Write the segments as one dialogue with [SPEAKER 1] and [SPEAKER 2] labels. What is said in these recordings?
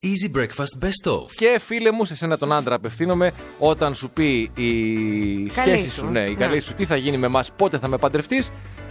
[SPEAKER 1] Easy Breakfast Best Of.
[SPEAKER 2] Και φίλε μου, σε σένα τον άντρα απευθύνομαι όταν σου πει η
[SPEAKER 3] Καλή
[SPEAKER 2] σχέση
[SPEAKER 3] σου.
[SPEAKER 2] σου, ναι, η
[SPEAKER 3] Ναι.
[SPEAKER 2] καλή σου, τι θα γίνει με εμάς, πότε θα με παντρευτείς.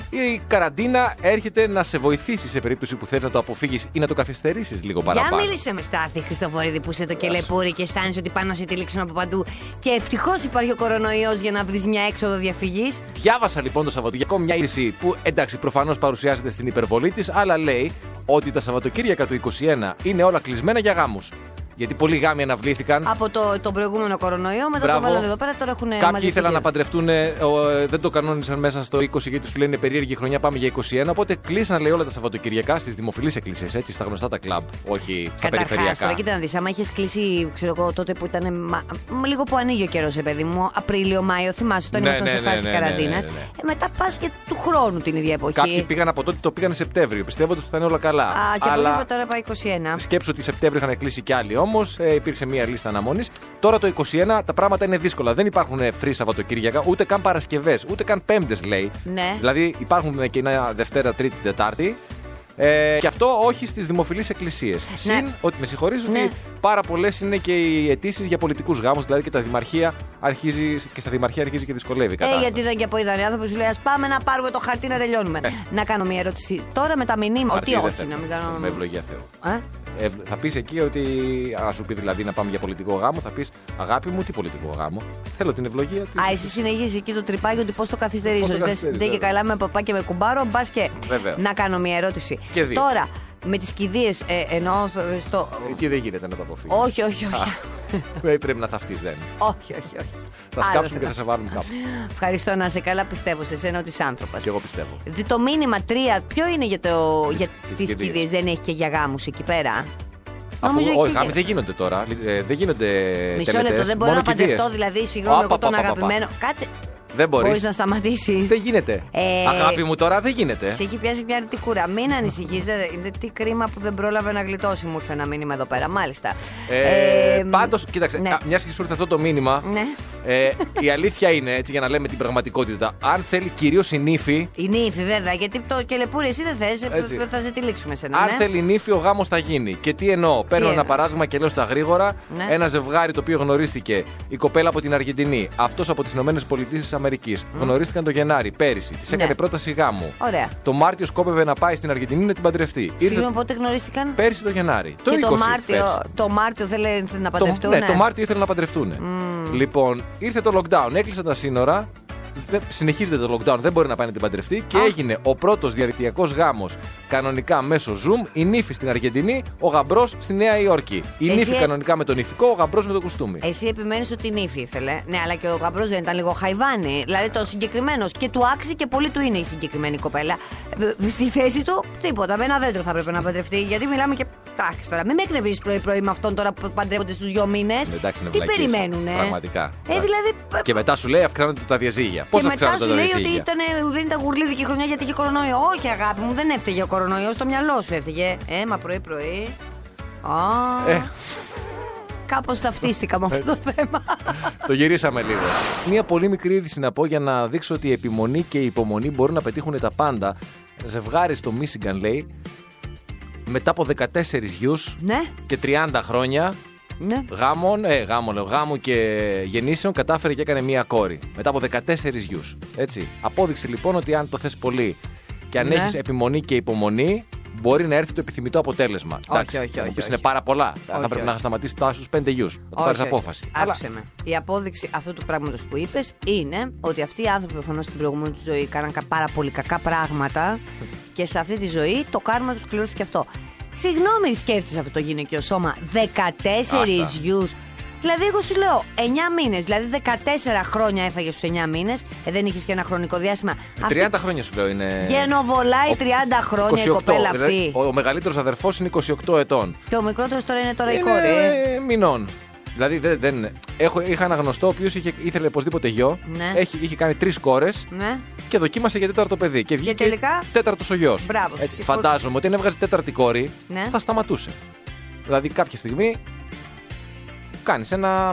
[SPEAKER 2] Η καραντίνα έρχεται να σε βοηθήσει σε περίπτωση που θες να το αποφύγεις ή να το καθυστερήσεις λίγο
[SPEAKER 3] Για
[SPEAKER 2] παραπάνω.
[SPEAKER 3] μίλησε με Στάθη Χριστοφορίδη που είσαι το κελεπούρι και αισθάνεσαι ότι πάνε να σε τυλίξουν από παντού. Και ευτυχώς υπάρχει ο κορονοϊός για να βρεις μια έξοδο διαφυγής.
[SPEAKER 2] Διάβασα λοιπόν το Σαββατοκύριακο μια είδηση που εντάξει προφανώς παρουσιάζεται στην υπερβολή της αλλά λέει ότι τα Σαββατοκύριακα του 21 είναι όλα κλεισμένα για γάμους. Γιατί πολλοί γάμοι αναβλήθηκαν.
[SPEAKER 3] Από το, τον προηγούμενο κορονοϊό, μετά το
[SPEAKER 2] Μπράβο.
[SPEAKER 3] βάλανε εδώ πέρα, τώρα έχουν
[SPEAKER 2] Κάποιοι ήθελαν να παντρευτούν, ε, ο, ε, δεν το κανόνισαν μέσα στο 20 γιατί σου λένε περίεργη χρονιά, πάμε για 21. Οπότε κλείσαν λέει όλα τα Σαββατοκυριακά στις δημοφιλείς εκκλησίες, έτσι, στα γνωστά τα κλαμπ, όχι στα
[SPEAKER 3] Καταρχάς, τώρα
[SPEAKER 2] περιφερειακά.
[SPEAKER 3] κοίτα να δεις. Άμα είχες κλείσει, ξέρω εγώ, τότε που ήταν. μα- μ, λίγο που ανοίγει ο καιρός, παιδί μου, Απρίλιο, Μάιο, θυμάσαι, όταν
[SPEAKER 2] Ναι,
[SPEAKER 3] ήμασταν
[SPEAKER 2] ναι,
[SPEAKER 3] σε
[SPEAKER 2] ναι,
[SPEAKER 3] φάση
[SPEAKER 2] ναι, ναι,
[SPEAKER 3] καραντίνας.
[SPEAKER 2] ναι, ναι, ναι.
[SPEAKER 3] Ε, μετά πας και του χρόνου την ίδια εποχή.
[SPEAKER 2] Κάποιοι πήγαν από τότε, το πήγαν Σεπτέμβριο, πιστεύοντα ότι θα είναι όλα καλά.
[SPEAKER 3] Α, και
[SPEAKER 2] Αλλά
[SPEAKER 3] Αλλά... τώρα πάει 21.
[SPEAKER 2] σκέψω ότι Σεπτέμβριο είχαν κλείσει κι άλλοι όμως, ε, υπήρξε μία λίστα αναμονής. Τώρα το 21 τα πράγματα είναι δύσκολα. Δεν υπάρχουν ε, free Σαββατοκύριακα, ούτε καν Παρασκευές, ούτε καν Πέμπτες λέει.
[SPEAKER 3] Ναι.
[SPEAKER 2] Δηλαδή υπάρχουν κοινά Δευτέρα, Τρίτη, Τετάρτη. Ε, και αυτό όχι στις δημοφιλείς εκκλησίες. Συν ότι με συγχωρείς
[SPEAKER 3] Ναι.
[SPEAKER 2] ότι πάρα πολλές είναι και οι αιτήσεις για πολιτικούς γάμους, δηλαδή και τα δημαρχία αρχίζει και στα δημαρχία αρχίζει και δυσκολεύει η
[SPEAKER 3] Ε,
[SPEAKER 2] κατάσταση. Ε.
[SPEAKER 3] γιατί δεν και από είδανε άνθρωποι σου λέει Ας πάμε να πάρουμε το χαρτί να τελειώνουμε. Να κάνω μια ερώτηση. Τώρα με τα μηνύματα.
[SPEAKER 2] Χαρτί
[SPEAKER 3] Ότι
[SPEAKER 2] δεν
[SPEAKER 3] όχι,
[SPEAKER 2] θέλω.
[SPEAKER 3] να μην κάνω.
[SPEAKER 2] Με ευλογία Θεού.
[SPEAKER 3] Ε?
[SPEAKER 2] Ε, θα πεις εκεί ότι. Αν σου πει δηλαδή να πάμε για πολιτικό γάμο, θα πεις Αγάπη μου, τι πολιτικό γάμο. Θέλω την ευλογία της.
[SPEAKER 3] Α, εσύ συνεχίζεις εκεί το τρυπάκι ότι πώς το καθυστερεί.
[SPEAKER 2] Πώς το
[SPEAKER 3] Ότι δεν
[SPEAKER 2] καθυστερείς,
[SPEAKER 3] δεν και
[SPEAKER 2] βέβαια.
[SPEAKER 3] καλά με παπά και με κουμπάρο, μπας και.
[SPEAKER 2] Βέβαια.
[SPEAKER 3] Να κάνω μια ερώτηση.
[SPEAKER 2] Και δύο.
[SPEAKER 3] Τώρα, με τις κηδείες ε, εννοώ ε, στο.
[SPEAKER 2] Εκεί δεν γίνεται να το αποφύγεις.
[SPEAKER 3] Όχι, όχι, όχι.
[SPEAKER 2] Πρέπει να θαυτείς, δεν.
[SPEAKER 3] όχι, όχι, όχι.
[SPEAKER 2] Θα
[SPEAKER 3] Άλλο
[SPEAKER 2] σκάψουμε και
[SPEAKER 3] θέμα.
[SPEAKER 2] θα σε βάλουμε κάπου.
[SPEAKER 3] Ευχαριστώ να είσαι καλά, πιστεύω σε σένα ότι είσαι άνθρωπος.
[SPEAKER 2] Και εγώ πιστεύω.
[SPEAKER 3] Το μήνυμα 3, ποιο είναι για, το,
[SPEAKER 2] τις-
[SPEAKER 3] για
[SPEAKER 2] τις
[SPEAKER 3] τις
[SPEAKER 2] κηδείες.
[SPEAKER 3] κηδείες, δεν έχει και για γάμους εκεί πέρα. Ε,
[SPEAKER 2] Αφού
[SPEAKER 3] Νομίζω εκεί
[SPEAKER 2] όχι,
[SPEAKER 3] για-
[SPEAKER 2] γάμοι δεν γίνονται τώρα. ε, Δεν γίνονται.
[SPEAKER 3] Μισό
[SPEAKER 2] τελετές,
[SPEAKER 3] λεπτό, δεν μπορώ
[SPEAKER 2] μόνο
[SPEAKER 3] να
[SPEAKER 2] κηδείες.
[SPEAKER 3] παντρευτώ δηλαδή, συγγνώμη,
[SPEAKER 2] Α,
[SPEAKER 3] εγώ
[SPEAKER 2] πα,
[SPEAKER 3] τον
[SPEAKER 2] πα, πα, πα.
[SPEAKER 3] αγαπημένο. Κάτσε.
[SPEAKER 2] Δεν μπορείς.
[SPEAKER 3] Μπορείς να σταματήσεις.
[SPEAKER 2] Δεν γίνεται.
[SPEAKER 3] Ε,
[SPEAKER 2] Αγάπη μου τώρα δεν γίνεται.
[SPEAKER 3] Σε έχει πιάσει μια αρνητικούρα. Μην ανησυχείς. Τι κρίμα που δεν πρόλαβε να γλιτώσει, μου ήρθε ένα μήνυμα εδώ πέρα. Μάλιστα.
[SPEAKER 2] Ε,
[SPEAKER 3] Ε,
[SPEAKER 2] Πάντως, κοίταξε,
[SPEAKER 3] ναι.
[SPEAKER 2] μια και σου ήρθε αυτό το μήνυμα.
[SPEAKER 3] Ναι.
[SPEAKER 2] Ε, η αλήθεια είναι, έτσι για να λέμε την πραγματικότητα, αν θέλει κυρίως η νύφη,
[SPEAKER 3] Η νύφη, βέβαια, γιατί το κελεπούρι εσύ δεν
[SPEAKER 2] Έτσι.
[SPEAKER 3] θε. Θα σε τυλίξουμε σε ε. ένα.
[SPEAKER 2] αν θέλει νύφη, ο γάμος θα γίνει. Και τι εννοώ, παίρνω ένα
[SPEAKER 3] Ναι. εννοείς?
[SPEAKER 2] παράδειγμα και λέω στα γρήγορα.
[SPEAKER 3] Ναι.
[SPEAKER 2] Ένα ζευγάρι το οποίο γνωρίστηκε, η κοπέλα από την Αργεντινή, αυτός από τις ΗΠΑ. Γνωρίστηκαν το Γενάρη πέρυσι, της έκανε
[SPEAKER 3] Ναι.
[SPEAKER 2] πρόταση γάμου.
[SPEAKER 3] Ωραία.
[SPEAKER 2] Το Μάρτιο σκόπευε να πάει στην Αργεντινή να την παντρευτεί.
[SPEAKER 3] Συγγνώμη, πότε γνωρίστηκαν.
[SPEAKER 2] πέρυσι το Γενάρη. Το
[SPEAKER 3] και
[SPEAKER 2] 20
[SPEAKER 3] το Μάρτιο,
[SPEAKER 2] πέρυσι.
[SPEAKER 3] το Μάρτιο θέλει να
[SPEAKER 2] Το-
[SPEAKER 3] παντρευτούν. ε?
[SPEAKER 2] ναι, το Μάρτιο ήθελαν να παντρευτούν. Λοιπόν, ήρθε το lockdown, έκλεισαν τα σύνορα. δεν- Συνεχίζεται το lockdown, δεν μπορεί να πάει να την παντρευτεί και
[SPEAKER 3] Α.
[SPEAKER 2] έγινε ο πρώτος διαδικτυακός γάμος κανονικά μέσω Zoom, η νύφη στην Αργεντινή, ο γαμπρός στη Νέα Υόρκη. Η
[SPEAKER 3] Εσύ-
[SPEAKER 2] νύφη κανονικά με τον νηφικό, ο γαμπρός με το κουστούμι.
[SPEAKER 3] Εσύ επιμένεις ότι η νύφη ήθελε. Ναι, αλλά και ο γαμπρός δεν ήταν λίγο χαϊβάνι. Δηλαδή το συγκεκριμένος και του άξιζε και πολύ του είναι η συγκεκριμένη κοπέλα. Ε, Στη θέση του τίποτα. Με ένα δέντρο θα έπρεπε να παντρευτεί. Γιατί μιλάμε και. Τάξη τώρα. Μην με εκνευρίζεις πρωί-πρωί με αυτόν τώρα που παντρεύονται στους δύο μήνες.
[SPEAKER 2] Ναι, Εντάξει, είναι
[SPEAKER 3] Τι
[SPEAKER 2] βλακίες.
[SPEAKER 3] περιμένουν, ε.
[SPEAKER 2] Πραγματικά.
[SPEAKER 3] Ε, δηλαδή. π-
[SPEAKER 2] Και μετά σου λέει αυξάνονται τα διαζύγια.
[SPEAKER 3] και
[SPEAKER 2] Πώς
[SPEAKER 3] μετά
[SPEAKER 2] αυξάνονται
[SPEAKER 3] σου
[SPEAKER 2] τα
[SPEAKER 3] λέει ότι
[SPEAKER 2] διαζύγια.
[SPEAKER 3] ήταν, δεν ήταν γουρλίδικη χρονιά γιατί είχε κορονοϊό. Όχι, αγάπη μου, δεν έφταιγε ο κορονοϊό. Στο μυαλό σου έφταιγε. Ε, μα πρωί-πρωί. Α.
[SPEAKER 2] Ε.
[SPEAKER 3] Κάπως ταυτίστηκα με αυτό το θέμα.
[SPEAKER 2] Το γυρίσαμε λίγο. Μία πολύ μικρή είδηση να πω για να δείξω ότι η επιμονή και η υπομονή μπορούν να πετύχουν τα πάντα. Ζευγάρι στο Μίσιγκαν λέει, μετά από 14 γιους
[SPEAKER 3] ναι,
[SPEAKER 2] και 30 χρόνια
[SPEAKER 3] ναι.
[SPEAKER 2] γάμων, ε, γάμων, λέω, γάμου και γεννήσεων, κατάφερε και έκανε μία κόρη. Μετά από 14 γιους. Έτσι. Απόδειξη λοιπόν ότι αν το θες πολύ και αν
[SPEAKER 3] Ναι.
[SPEAKER 2] έχεις επιμονή και υπομονή, μπορεί να έρθει το επιθυμητό αποτέλεσμα.
[SPEAKER 3] Όχι,
[SPEAKER 2] Εντάξει,
[SPEAKER 3] όχι,
[SPEAKER 2] θα μου
[SPEAKER 3] όχι,
[SPEAKER 2] πεις,
[SPEAKER 3] όχι.
[SPEAKER 2] είναι πάρα πολλά. θα
[SPEAKER 3] Όχι,
[SPEAKER 2] πρέπει
[SPEAKER 3] όχι.
[SPEAKER 2] να σταματήσει τα στου 5 γιου. Να το
[SPEAKER 3] Όχι,
[SPEAKER 2] πάρεις
[SPEAKER 3] όχι.
[SPEAKER 2] απόφαση. Αλλά-
[SPEAKER 3] Άκουσε με. Η απόδειξη αυτού του πράγματος που είπες είναι ότι αυτοί οι άνθρωποι προφανώς στην προηγούμενη του ζωή κάναν κα- πάρα πολύ κακά πράγματα και σε αυτή τη ζωή το κάρμα τους πληρώθηκε αυτό. Συγγνώμη, σκέφτεσαι αυτό το γυναικείο σώμα. 14
[SPEAKER 2] Άστα.
[SPEAKER 3] γιους. Δηλαδή, εγώ σου λέω 9 μήνες, δηλαδή 14 χρόνια έφαγες στους 9 μήνες, ε, δεν είχες και ένα χρονικό διάστημα.
[SPEAKER 2] 30 χρόνια σου λέω είναι.
[SPEAKER 3] Γενοβολάει
[SPEAKER 2] Ο-
[SPEAKER 3] 30 χρόνια η κοπέλα αυτή.
[SPEAKER 2] Ε, δηλαδή, ο μεγαλύτερος αδερφός είναι 28 ετών.
[SPEAKER 3] Και ο μικρότερος τώρα είναι τώρα η
[SPEAKER 2] είναι
[SPEAKER 3] κόρη. ε.
[SPEAKER 2] μηνών. Δηλαδή δεν. δεν έχω, είχα ένα γνωστό ο οποίος ήθελε οπωσδήποτε γιο.
[SPEAKER 3] Ναι.
[SPEAKER 2] Έχει, είχε κάνει τρεις κόρες
[SPEAKER 3] Ναι.
[SPEAKER 2] και δοκίμασε για τέταρτο παιδί. Και βγήκε
[SPEAKER 3] τελικά?
[SPEAKER 2] τέταρτος ο γιος.
[SPEAKER 3] Μπράβο. Και
[SPEAKER 2] Φαντάζομαι ότι αν έβγαζε τέταρτη κόρη
[SPEAKER 3] Ναι.
[SPEAKER 2] θα σταματούσε. Δηλαδή κάποια στιγμή κάνεις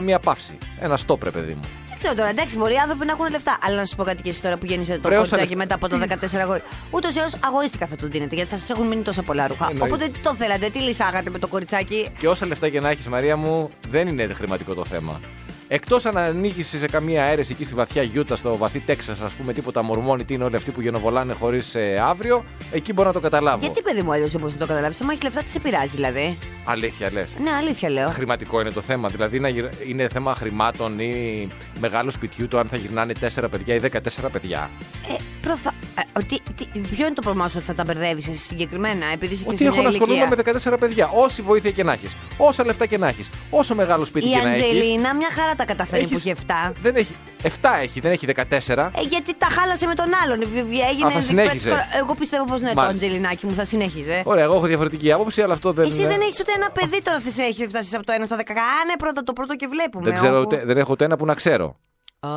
[SPEAKER 2] μια παύση. Ένα στόπ, ρε παιδί μου.
[SPEAKER 3] Ξέρω τώρα, εντάξει, μπορεί οι άνθρωποι να έχουν λεφτά. Αλλά να σου πω κάτι και εσύ τώρα που γέννησε το
[SPEAKER 2] Βρέωσα
[SPEAKER 3] κοτσάκι
[SPEAKER 2] λεφτά.
[SPEAKER 3] μετά από τα 14 αγόρι. Ούτως ή άλλως αγορίστηκα θα του δίνετε γιατί θα σας έχουν μείνει τόσα πολλά ρούχα.
[SPEAKER 2] Εννοείται.
[SPEAKER 3] Οπότε τι το θέλατε, τι λυσάγατε με το κοριτσάκι.
[SPEAKER 2] Και όσα λεφτά και να έχεις, Μαρία μου, δεν είναι χρηματικό το θέμα. Εκτός αν ανοίγεις σε καμία αίρεση εκεί στη βαθιά Γιούτα, στο βαθύ Τέξας, ας πούμε, τίποτα μορμόνι, τι είναι όλοι αυτοί που γενοβολάνε χωρίς αύριο, εκεί μπορώ να το καταλάβω.
[SPEAKER 3] Γιατί παιδί μου αλλιώς όπω δεν το καταλάβεις, αν έχεις λεφτά, τι σε πειράζει δηλαδή.
[SPEAKER 2] Αλήθεια λες.
[SPEAKER 3] Ναι, αλήθεια λέω.
[SPEAKER 2] Χρηματικό είναι το θέμα. Δηλαδή να γυρ- είναι θέμα χρημάτων ή μεγάλου σπιτιού το αν θα γυρνάνε 4 παιδιά ή 14 παιδιά.
[SPEAKER 3] Ε, προφα... ε, ότι, τι, ποιο είναι το πρόβλημά σου ότι θα τα μπερδεύεις συγκεκριμένα, επειδή είσαι και
[SPEAKER 2] Ότι
[SPEAKER 3] σε
[SPEAKER 2] έχω
[SPEAKER 3] μια
[SPEAKER 2] να ασχολούμαι
[SPEAKER 3] ηλικία.
[SPEAKER 2] με 14 παιδιά. Όση βοήθεια και να έχεις, όσα λεφτά και να έχεις, όσο μεγάλο σπίτι
[SPEAKER 3] Η
[SPEAKER 2] και να έχεις.
[SPEAKER 3] Αντζελίνα μια χαρά τα καταφέρει που έχεις 7.
[SPEAKER 2] Δεν έχει. 7 έχει, δεν έχει 14.
[SPEAKER 3] Ε, γιατί τα χάλασε με τον άλλον. Ε, Έγινε
[SPEAKER 2] Α, θα συνέχιζε.
[SPEAKER 3] τώρα. Εγώ πιστεύω πως ναι, το
[SPEAKER 2] Μάλιστα.
[SPEAKER 3] Αντζελινάκι μου θα συνέχιζε.
[SPEAKER 2] Ωραία, εγώ έχω διαφορετική άποψη, αλλά αυτό δεν.
[SPEAKER 3] Εσύ δεν έχεις ούτε ένα παιδί τώρα θες έχει φτάσεις από το 1 στα 10. Κάνε πρώτα το πρώτο και βλέπουμε.
[SPEAKER 2] Δεν, ξέρω,
[SPEAKER 3] όπου-
[SPEAKER 2] ούτε, δεν έχω ούτε ένα που να ξέρω.
[SPEAKER 3] Α,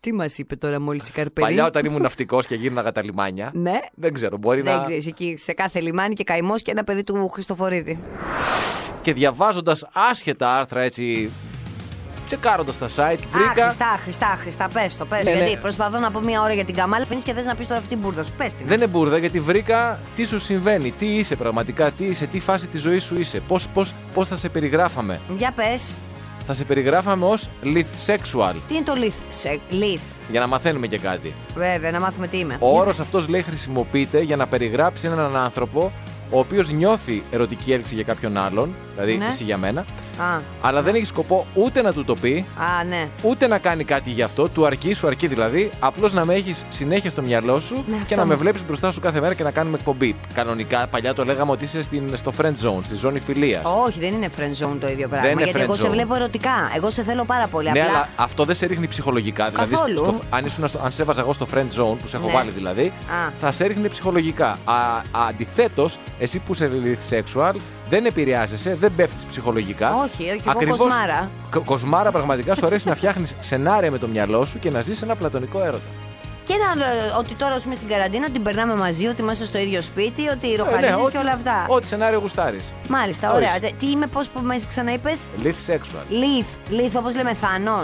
[SPEAKER 3] τι μας είπε τώρα μόλις η Καρπερή.
[SPEAKER 2] Παλιά όταν ήμουν ναυτικός και γίναγα τα λιμάνια.
[SPEAKER 3] Ναι.
[SPEAKER 2] Δεν ξέρω, μπορεί
[SPEAKER 3] Δεν
[SPEAKER 2] να.
[SPEAKER 3] ξέρεις, εκεί σε κάθε λιμάνι και καημός και ένα παιδί του Χριστοφορίδη.
[SPEAKER 2] Και διαβάζοντας άσχετα άρθρα έτσι. Τσεκάροντας τα site, βρήκα.
[SPEAKER 3] Α, Χριστά, Χριστά, Χριστά, πες το, πες.
[SPEAKER 2] Ναι,
[SPEAKER 3] γιατί
[SPEAKER 2] ναι.
[SPEAKER 3] προσπαθώ να πω μία ώρα για την Καμάλ, φαίνει και θες να πεις τώρα αυτή την μπουρδα σου. Πες την.
[SPEAKER 2] Δεν είναι μπουρδα γιατί βρήκα τι σου συμβαίνει, τι είσαι πραγματικά, τι είσαι, τι φάση της ζωής σου είσαι, πώς πώς, πώς θα σε περιγράφαμε.
[SPEAKER 3] Για πες,
[SPEAKER 2] Θα σε περιγράφαμε ως lith sexual,
[SPEAKER 3] τι είναι το λιθ. Σε, λιθ.
[SPEAKER 2] για να μαθαίνουμε και κάτι.
[SPEAKER 3] Βέβαια, να μάθουμε τι είμαι.
[SPEAKER 2] Ο όρος αυτός λέει χρησιμοποιείται για να περιγράψει έναν άνθρωπο ο οποίος νιώθει ερωτική έλξη για κάποιον άλλον, δηλαδή
[SPEAKER 3] Ναι.
[SPEAKER 2] εσύ για μένα,
[SPEAKER 3] Α,
[SPEAKER 2] αλλά δεν έχει σκοπό ούτε να του το πει,
[SPEAKER 3] α, ναι.
[SPEAKER 2] ούτε να κάνει κάτι γι' αυτό, του αρκεί, σου αρκεί δηλαδή, απλώς να με έχεις συνέχεια στο μυαλό σου
[SPEAKER 3] Ναι,
[SPEAKER 2] και
[SPEAKER 3] αυτό
[SPEAKER 2] να με
[SPEAKER 3] μου.
[SPEAKER 2] βλέπεις μπροστά σου κάθε μέρα και να κάνουμε εκπομπή. Κανονικά, παλιά το λέγαμε ότι είσαι στην, στο friend zone, στη ζώνη φιλίας.
[SPEAKER 3] Όχι, δεν είναι friend zone το ίδιο πράγμα.
[SPEAKER 2] είναι
[SPEAKER 3] γιατί
[SPEAKER 2] friend
[SPEAKER 3] εγώ σε
[SPEAKER 2] zone.
[SPEAKER 3] βλέπω ερωτικά. Εγώ σε θέλω πάρα πολύ.
[SPEAKER 2] Ναι,
[SPEAKER 3] απλά
[SPEAKER 2] αλλά αυτό δεν σε ρίχνει ψυχολογικά.
[SPEAKER 3] Καθόλου.
[SPEAKER 2] Δηλαδή, στο, αν, ήσουν στο, αν σε έβαζα εγώ στο friend zone που σε έχω
[SPEAKER 3] Ναι.
[SPEAKER 2] βάλει δηλαδή,
[SPEAKER 3] Α.
[SPEAKER 2] θα σε ρίχνει ψυχολογικά. Αντιθέτως, εσύ που είσαι sexual, δεν επηρεάζεσαι, δεν πέφτεις ψυχολογικά.
[SPEAKER 3] Όχι, όχι, εγώ
[SPEAKER 2] Ακριβώς-
[SPEAKER 3] κοσμάρα.
[SPEAKER 2] κο- κοσμάρα πραγματικά σου αρέσει να φτιάχνεις σενάρια με το μυαλό σου και να ζεις ένα πλατωνικό έρωτα.
[SPEAKER 3] Και να, ε, ότι τώρα ας πούμε, στην καραντίνα την περνάμε μαζί, ότι είμαστε στο ίδιο σπίτι, ότι ροχαρίζεις
[SPEAKER 2] Ε, ναι, ό,τι-
[SPEAKER 3] και όλα αυτά.
[SPEAKER 2] Ό,τι σενάριο γουστάρεις.
[SPEAKER 3] Μάλιστα,
[SPEAKER 2] Ορίστε.
[SPEAKER 3] ωραία. Τε- Τι είμαι, πώς που με ξαναείπες,
[SPEAKER 2] Λίθ sexual.
[SPEAKER 3] Λιθ, λιθ όπως λέμε, θανό.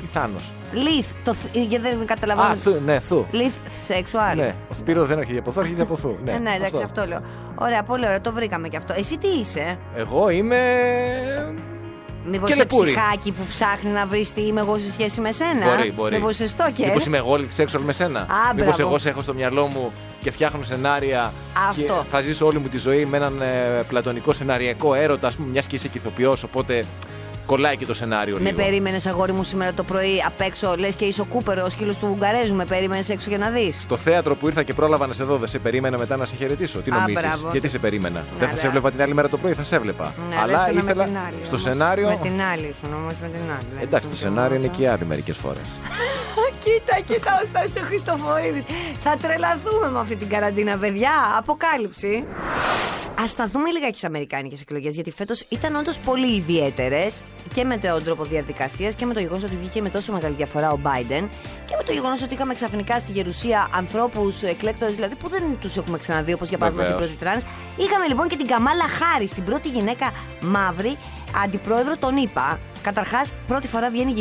[SPEAKER 2] Τι θάνο.
[SPEAKER 3] Λιθ, το θ- ε, γιατί δεν
[SPEAKER 2] Α,
[SPEAKER 3] καταλαβαίνω.
[SPEAKER 2] θου, ναι, θου.
[SPEAKER 3] Λιθ σεξουάλ.
[SPEAKER 2] Ναι, ο Σπύρος δεν έρχεται από θου, έρχεται από θου. Ναι,
[SPEAKER 3] Ε, ναι, εντάξει, αυτό. λέω. Ωραία, πολύ ωραία, το βρήκαμε κι αυτό. Εσύ τι είσαι,
[SPEAKER 2] Εγώ είμαι.
[SPEAKER 3] Μήπως
[SPEAKER 2] Και
[SPEAKER 3] είσαι
[SPEAKER 2] λεπούρη.
[SPEAKER 3] ψυχάκι που ψάχνει να βρεις τι είμαι εγώ σε σχέση με σένα.
[SPEAKER 2] Μπορεί, μπορεί.
[SPEAKER 3] Μήπως είσαι στόκερ.
[SPEAKER 2] Μήπως είμαι εγώ λίθ sexual με σένα.
[SPEAKER 3] Α,
[SPEAKER 2] Μήπως
[SPEAKER 3] μπράβο.
[SPEAKER 2] εγώ σε έχω στο μυαλό μου και φτιάχνω σενάρια.
[SPEAKER 3] Αυτό.
[SPEAKER 2] Και θα ζήσω όλη μου τη ζωή με έναν ε, πλατωνικό σεναριακό έρωτα, ας πούμε, μιας και είσαι και ηθοποιός, οπότε κολλάει και το σενάριο
[SPEAKER 3] Με
[SPEAKER 2] λίγο.
[SPEAKER 3] περίμενες αγόρι μου σήμερα το πρωί απ' έξω, λες και είσαι ο Κούπερ, ο σκύλος του Ουγγαρέζου. Με περίμενες έξω για να δεις.
[SPEAKER 2] Στο θέατρο που ήρθα και πρόλαβα να σε δω, δεν σε περίμενα μετά να σε χαιρετήσω. Τι
[SPEAKER 3] Α,
[SPEAKER 2] νομίζεις,
[SPEAKER 3] μπράβο.
[SPEAKER 2] Γιατί σε περίμενα. δεν θα
[SPEAKER 3] ναι.
[SPEAKER 2] σε έβλεπα την άλλη μέρα το πρωί, θα σε έβλεπα. Αλλά ήθελα στο σενάριο.
[SPEAKER 3] Με την άλλη, ήσουν όμως με την άλλη. Ναι,
[SPEAKER 2] Εντάξει, το σενάριο είναι και οι άλλοι μερικές φορές.
[SPEAKER 3] Κοίτα, κοίτα, ο Στάσης ο Χριστοφορίδης. Θα τρελαθούμε με αυτή την καραντίνα, παιδιά. Αποκάλυψη. Ας σταθούμε λιγάκι στις Αμερικάνικες εκλογές, γιατί φέτος ήταν όντως πολύ ιδιαίτερες και με τον τρόπο διαδικασίας και με το γεγονός ότι βγήκε με τόσο μεγάλη διαφορά ο Biden και με το γεγονός ότι είχαμε ξαφνικά στη γερουσία ανθρώπους εκλέκτορες δηλαδή που δεν τους έχουμε ξαναδεί, όπως για παράδειγμα την
[SPEAKER 2] Βεβαίως.
[SPEAKER 3] πρώτη τρανς. Είχαμε λοιπόν και την Καμάλα Χάρη, την πρώτη γυναίκα μαύρη αντιπρόεδρο των ΗΠΑ. Καταρχάς, πρώτη φορά βγαίνει